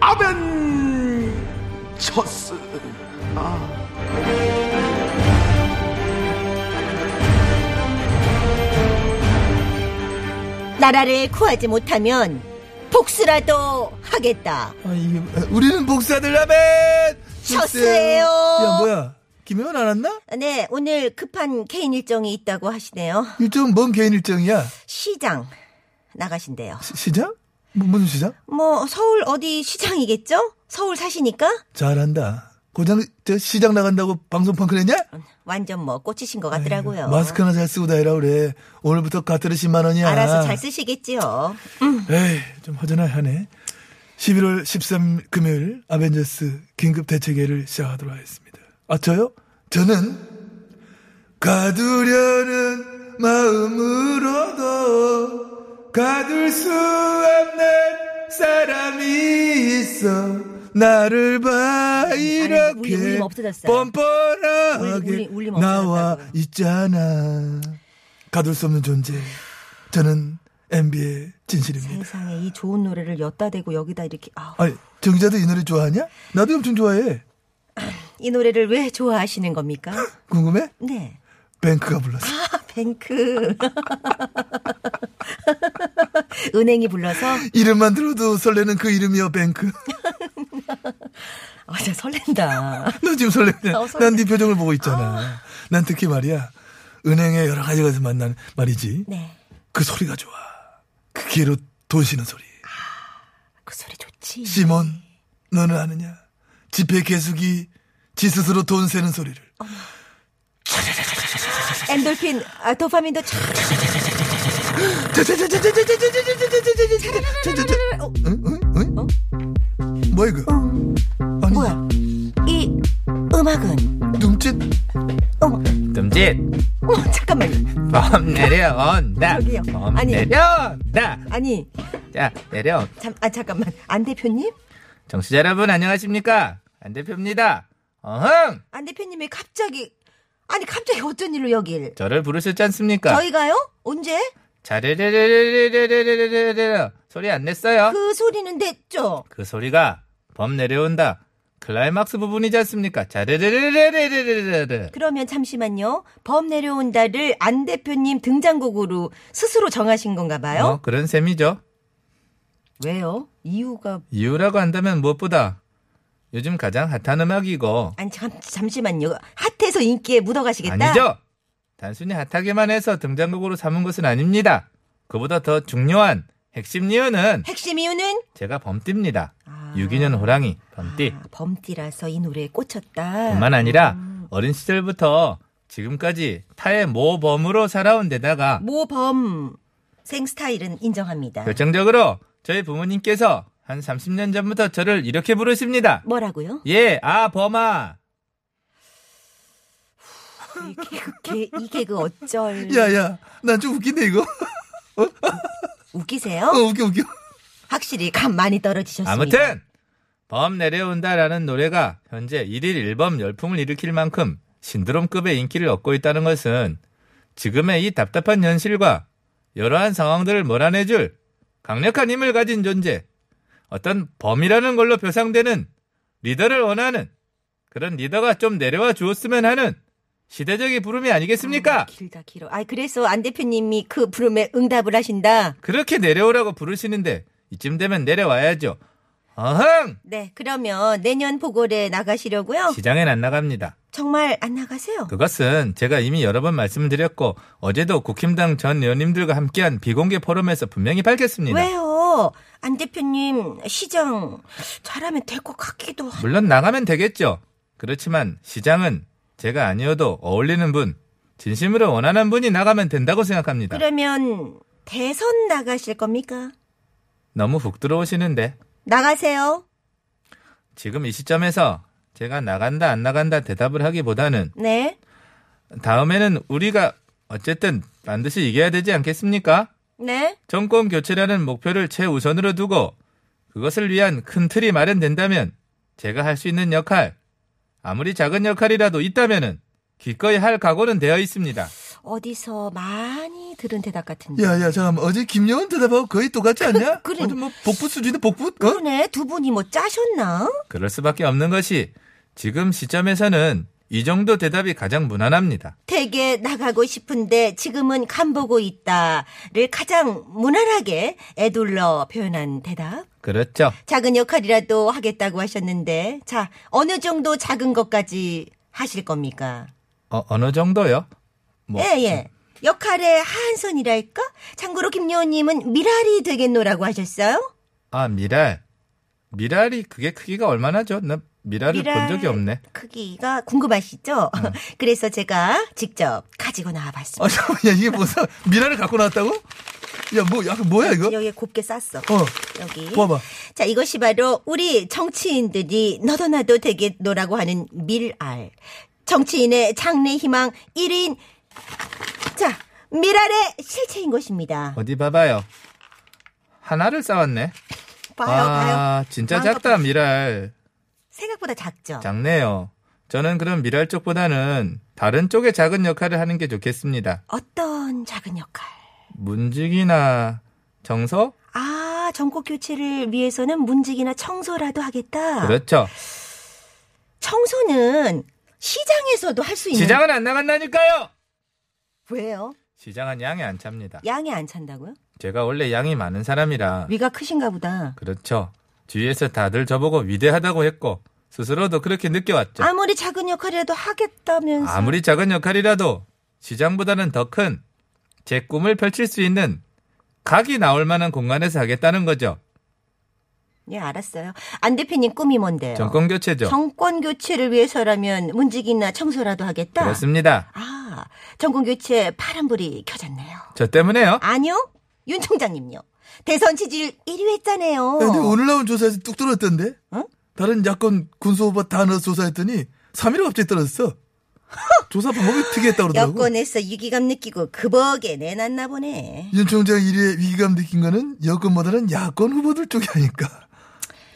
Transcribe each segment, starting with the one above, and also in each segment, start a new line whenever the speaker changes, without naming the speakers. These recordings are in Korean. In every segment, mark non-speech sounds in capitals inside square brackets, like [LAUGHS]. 아벤처스.
나라를 구하지 못하면 복수라도 하겠다.
아, 이게, 뭐- 우리는 복사들라면
쳤어요.
야 뭐야 김혜원 안 왔나?
네, 오늘 급한 개인 일정이 있다고 하시네요.
일정은 뭔 개인 일정이야?
시장 나가신대요.
시, 시장? 뭐, 무슨 시장?
뭐 서울 어디 시장이겠죠? 서울 사시니까
잘한다. 고장 저 시장 나간다고 방송 펑크냈냐?
완전 뭐 꽂히신 것 같더라고요.
마스크 하나 잘 쓰고 다니라 그래. 오늘부터 가트르 10만 원이야.
알아서 잘 쓰시겠지요.
에이 좀 허전하네. 11월 13일 금요일 아벤져스 긴급 대책회를 시작하도록 하겠습니다. 아 저요? 저는 가두려는 마음으로도 가둘 수 없는 사람이 있어 나를 봐 이렇게
울림, 울림 없어졌어요.
뻔뻔하게
울림, 울림
나와
없어졌다고요.
있잖아 가둘 수 없는 존재 저는 MB의 진실입니다.
세상에 이 좋은 노래를 엿다 대고 여기다 이렇게 아우,
아니, 정기자도 이 노래 좋아하냐? 나도 엄청 좋아해.
이 노래를 왜 좋아하시는 겁니까?
궁금해?
네.
뱅크가 불렀어.
아, 뱅크. [LAUGHS] 은행이 불러서
이름만 들어도 설레는 그 이름이여, 뱅크. [LAUGHS]
아, 진짜 설렌다.
너 지금 설레네.
어, 설레.
난 네 표정을 보고 있잖아. 난 특히 말이야. 은행에 여러 가지 가서 만난 말이지.
네.
그 소리가 좋아. 그 귀로 돈 쉬는 소리.
그 소리 좋지.
시몬, 너는 아느냐? 지폐 개수기, 지 스스로 돈 세는 소리를.
엔돌핀, 아, 도파민도 참. 어,
응? 응?
어?
응? 뭐야, 이거?
음,
아니,
뭐야? 이 음악은?
눈짓?
어머,
둠짓
어머, 잠깐만요.
범 내려온다
저기요.
범
아니.
내려온다
아니,
자 내려
잠, 아, 잠깐만. 안 대표님?
정치자 여러분 안녕하십니까 안 대표입니다 어흥
안 대표님이 갑자기, 아니, 갑자기 어쩐 일로 여길?
저를 부르셨지 않습니까
저희가요? 언제?
자르르르르르르르르르 소리 안 냈어요
그 소리는 냈죠?
그 소리가 범 내려온다 클라이막스 부분이지 않습니까 자르르르르르르르
그러면 잠시만요. 범 내려온다를 안 대표님 등장곡으로 스스로 정하신 건가 봐요?
어, 그런 셈이죠
왜요? 이유가
이유라고 한다면 무엇보다 요즘 가장 핫한 음악이고
아니 잠, 잠시만요. 핫해서 인기에 묻어가시겠다.
아니죠. 단순히 핫하게만 해서 등장곡으로 삼은 것은 아닙니다. 그보다 더 중요한 핵심 이유는
핵심 이유는
제가 범띠입니다.
아.
6인년 호랑이 범띠.
아, 범띠라서 이 노래에 꽂혔다.
뿐만 아니라
네.
어린 시절부터 지금까지 타의 모범으로 살아온
네.
데다가
모범 생 스타일은 인정합니다.
그렇죠. 결정적으로 저희 부모님께서 한 30년 전부터 저를 이렇게 부르십니다.
뭐라고요?
예, 아, 범아.
이 개- 개- 이 개그 어쩔?
야, 야, 난 좀 웃긴데, 이거?
웃기세요?
어, 웃겨, 웃겨.
확실히 감 많이 떨어지셨습니다.
아무튼 범 내려온다라는 노래가 현재 1일 1범 열풍을 일으킬 만큼 신드롬급의 인기를 얻고 있다는 것은 지금의 이 답답한 현실과 여러한 상황들을 몰아내줄 강력한 힘을 가진 존재, 어떤 범이라는 걸로 표상되는 리더를 원하는 그런 리더가 좀 내려와 주었으면 하는 시대적인 부름이 아니겠습니까?
길다 길어. 아 그래서 안 대표님이 그 부름에 응답을 하신다.
그렇게 내려오라고 부르시는데 이쯤 되면 내려와야죠. 어흥!
네, 그러면 내년 보궐에 나가시려고요?
시장엔 안 나갑니다.
정말 안 나가세요?
그것은 제가 이미 여러 번 말씀드렸고 어제도 국힘당 전 의원님들과 함께한 비공개 포럼에서 분명히 밝혔습니다.
왜요? 안 대표님 시장 잘하면 될 것 같기도 하고
물론 나가면 되겠죠. 그렇지만 시장은 제가 아니어도 어울리는 분, 진심으로 원하는 분이 나가면 된다고 생각합니다.
그러면 대선 나가실 겁니까?
너무 훅 들어오시는데
나가세요.
지금 이 시점에서 제가 나간다 안 나간다 대답을 하기보다는
네.
다음에는 우리가 어쨌든 반드시 이겨야 되지 않겠습니까?
네.
정권 교체라는 목표를 최우선으로 두고 그것을 위한 큰 틀이 마련된다면 제가 할 수 있는 역할 아무리 작은 역할이라도 있다면은 기꺼이 할 각오는 되어 있습니다.
어디서 많이 들은 대답 같은데.
야, 야, 잠깐만. 어제 김여은 대답하고 거의 똑같지 않냐?
[LAUGHS] 그래.
어제 뭐, 복부 수준이 복부? 어?
그러네. 두 분이 뭐 짜셨나?
그럴 수밖에 없는 것이 지금 시점에서는 이 정도 대답이 가장 무난합니다.
되게 나가고 싶은데 지금은 간보고 있다를 가장 무난하게 애둘러 표현한 대답.
그렇죠.
작은 역할이라도 하겠다고 하셨는데, 자, 어느 정도 작은 것까지 하실 겁니까?
어, 어느 정도요? 뭐,
예,
음.
예. 역할의 한선이랄까? 참고로 김여원님은 미랄이 되겠노라고 하셨어요?
아, 미랄. 미랄이 그게 크기가 얼마나죠? 나 미랄을 본 적이 없네. [LAUGHS]
크기가 궁금하시죠?
네.
[LAUGHS] 그래서 제가 직접 가지고 나와봤습니다.
아,
어,
잠깐만. 야, 이게 뭐야? 미라를 갖고 나왔다고? 야, 뭐,
그
약간 뭐야, 이거?
여기에 곱게 쌌어.
어.
여기.
봐봐.
자, 이것이 바로 우리 정치인들이 너도 나도 되겠노라고 하는 밀알. 정치인의 장래 희망 1인. 자, 밀알의 실체인 것입니다.
어디 봐봐요. 하나를 쌓았네.
봐요, 봐요.
아, 진짜
마음껏 어.
작다, 미랄.
생각보다 작죠?
작네요. 저는 그럼 미랄 쪽보다는 다른 쪽의 작은 역할을 하는 게 좋겠습니다.
어떤 작은 역할?
문직이나 정서?
아, 정권 교체를 위해서는 문직이나 청소라도 하겠다.
그렇죠.
청소는 시장에서도 할 수 있는.
시장은 안 나간다니까요!
왜요?
시장은 양이 안 찹니다.
양이 안 찬다고요?
제가 원래 양이 많은 사람이라.
위가 크신가 보다.
그렇죠. 주위에서 다들 저보고 위대하다고 했고 스스로도 그렇게 느껴왔죠.
아무리 작은 역할이라도 하겠다면서.
아무리 작은 역할이라도 시장보다는 더 큰 제 꿈을 펼칠 수 있는 각이 나올 만한 공간에서 하겠다는 거죠.
예, 알았어요. 안 대표님 꿈이 뭔데요?
정권 교체죠.
정권 교체를 위해서라면 문직이나 청소라도 하겠다.
그렇습니다.
아, 정권 교체 파란불이 켜졌네요.
저 때문에요.
아니요, 윤 총장님요. 대선 지지율 1위 했잖아요.
야, 근데 오늘 나온 조사에서 뚝 떨어졌던데?
응?
다른 야권 군수 후보 다 넣어서 조사했더니 3일
[LAUGHS]
갑자기 떨어졌어. 조사 방법이 특이했다고 그러더라고.
여권에서 유기감 느끼고 그벅에 내놨나 보네.
윤 총장 1위의 위기감 느낀 거는 여권보다는 야권 후보들 쪽이 아닐까.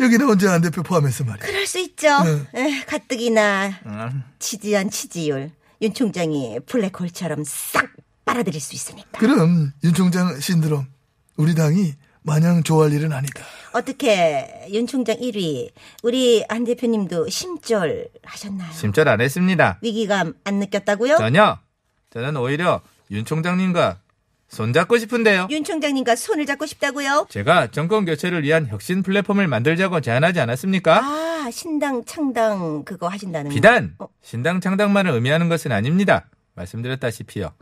여기는 언제 안 대표 포함해서 말이야.
그럴 수 있죠.
네.
에, 가뜩이나
음.
지지한 지지율. 윤 총장이 블랙홀처럼 싹 빨아들일 수 있으니까.
그럼 윤 총장 신드롬 우리 당이 마냥 좋아할 일은 아니다.
어떻게 윤 총장 1위 우리 안 대표님도 심절 하셨나요?
심절 안 했습니다.
위기감 안 느꼈다고요?
전혀. 저는 오히려 윤 총장님과 손잡고 싶은데요.
윤 총장님과 손을 잡고 싶다고요?
제가 정권 교체를 위한 혁신 플랫폼을 만들자고 제안하지 않았습니까?
아 신당 창당 그거 하신다는 거.
비단
어.
신당 창당만을 의미하는 것은 아닙니다. 말씀드렸다시피요.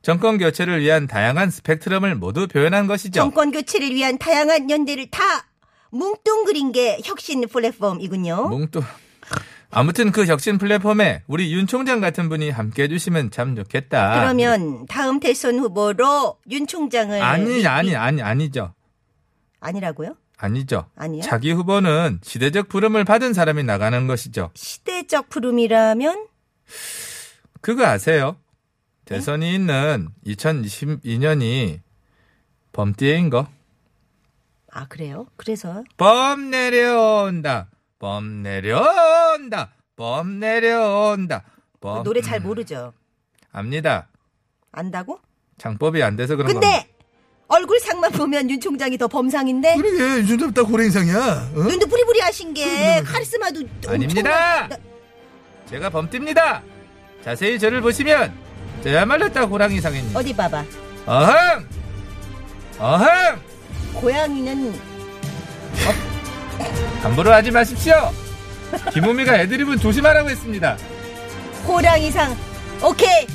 정권 교체를 위한 다양한 스펙트럼을 모두 표현한 것이죠.
정권 교체를 위한 다양한 연대를 다 뭉뚱그린 게 혁신 플랫폼이군요.
몽또 아무튼 그 혁신 플랫폼에 우리 윤 총장 같은 분이 함께 해주시면 참 좋겠다.
그러면 다음 대선 후보로 윤 총장을
아니 아니 아니 아니죠.
아니라고요?
아니죠.
아니요?
자기 후보는 시대적 부름을 받은 사람이 나가는 것이죠.
시대적 부름이라면
그거 아세요?
네?
대선이 있는 2022년이 범띠인 거.
아 그래요? 그래서
범 내려온다. 범 내려온다. 범 내려온다. 범
그 노래 잘 모르죠.
압니다.
안다고?
장법이 안 돼서 그런 겁니다.
근데 얼굴 상만 보면 윤 총장이 더 범상인데
그러게 윤 총장 딱 고래인상이야. 어?
눈도 뿌리뿌리하신 게 카리스마도 엄청
뭐? 아닙니다.
나-
제가 범띠입니다. 자세히 저를 보시면 저야말로 딱 호랑이 상입니다.
어디 봐봐.
어흥! 어흥!
고양이는
함부로 하지 마십시오. 김우미가 애드립은 조심하라고 했습니다.
호랑이상. 오케이.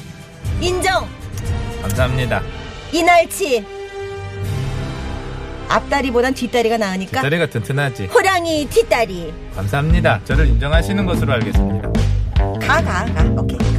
인정.
감사합니다.
그러니까. 이날치. 앞다리보단 뒷다리가 나으니까
자리가 튼튼하지.
호랑이 뒷다리.
감사합니다. 저를 인정하시는 것으로 알겠습니다.
가 가, 가. 오케이.